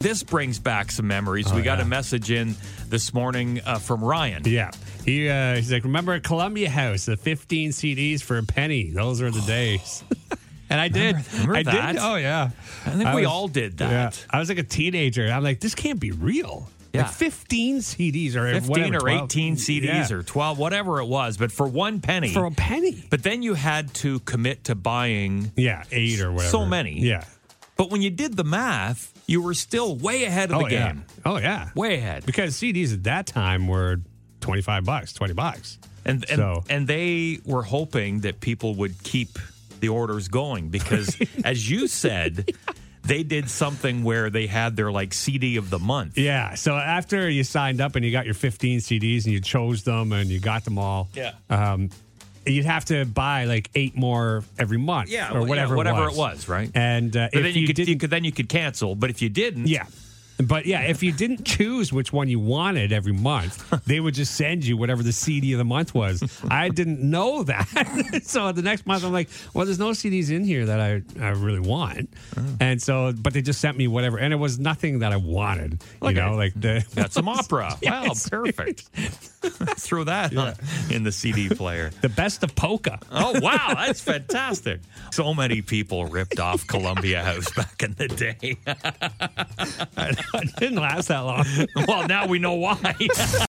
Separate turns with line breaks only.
This brings back some
Oh,
memories. we got a message in this morning uh, from Ryan.
Yeah. He, uh, he's like, remember at Columbia House, the 15 CDs for a penny. Those were the days. and I did.
Oh. Remember- remember
I
that?
did. Oh, yeah.
I think we all did that.
I was like a teenager. I'm like, this can't be real.
Yeah.
Like 15 CDs or
15
whatever,
or
12.
18 CDs
Yeah.
or 12, whatever it was, but for one penny.
For a penny.
but then you had to commit to buying.
Yeah, eight or whatever.
So many.
Yeah.
But when you did the math, you were still way ahead of
oh,
the
yeah.
game.
Oh, yeah.
Way ahead.
Because CDs at that time were 25 bucks, 20 bucks.
And and,
So-
and they were hoping that people would keep the orders going because as you said, they did something where they had their like CD of the month.
Yeah. So after you signed up and you got your 15 CDs and you chose them and you got them all.
Yeah.
Um, you'd have to buy like eight more every month.
Yeah,
Or
well, yeah,
whatever.
whatever
it,
it
was.
was, right?
And uh,
But
if
then you, could, you
didn't,
could then you could cancel, but if you didn't,
yeah. But yeah, if you didn't choose which one you wanted every month, they would just send you whatever the CD of the month was. I didn't know that. so the next month, I'm like, well, there's no CDs in here that I, I really want.
Oh.
And so, but they just sent me whatever. And it was nothing that I wanted. You
Look at
know,
it.
like the.
Got some opera. wow,
Yes.
perfect. Throw that on- in the CD player.
The best of polka.
Oh, wow, that's fantastic. So many people ripped off Columbia House back in the day.
It didn't last that long.
Well, now we know why.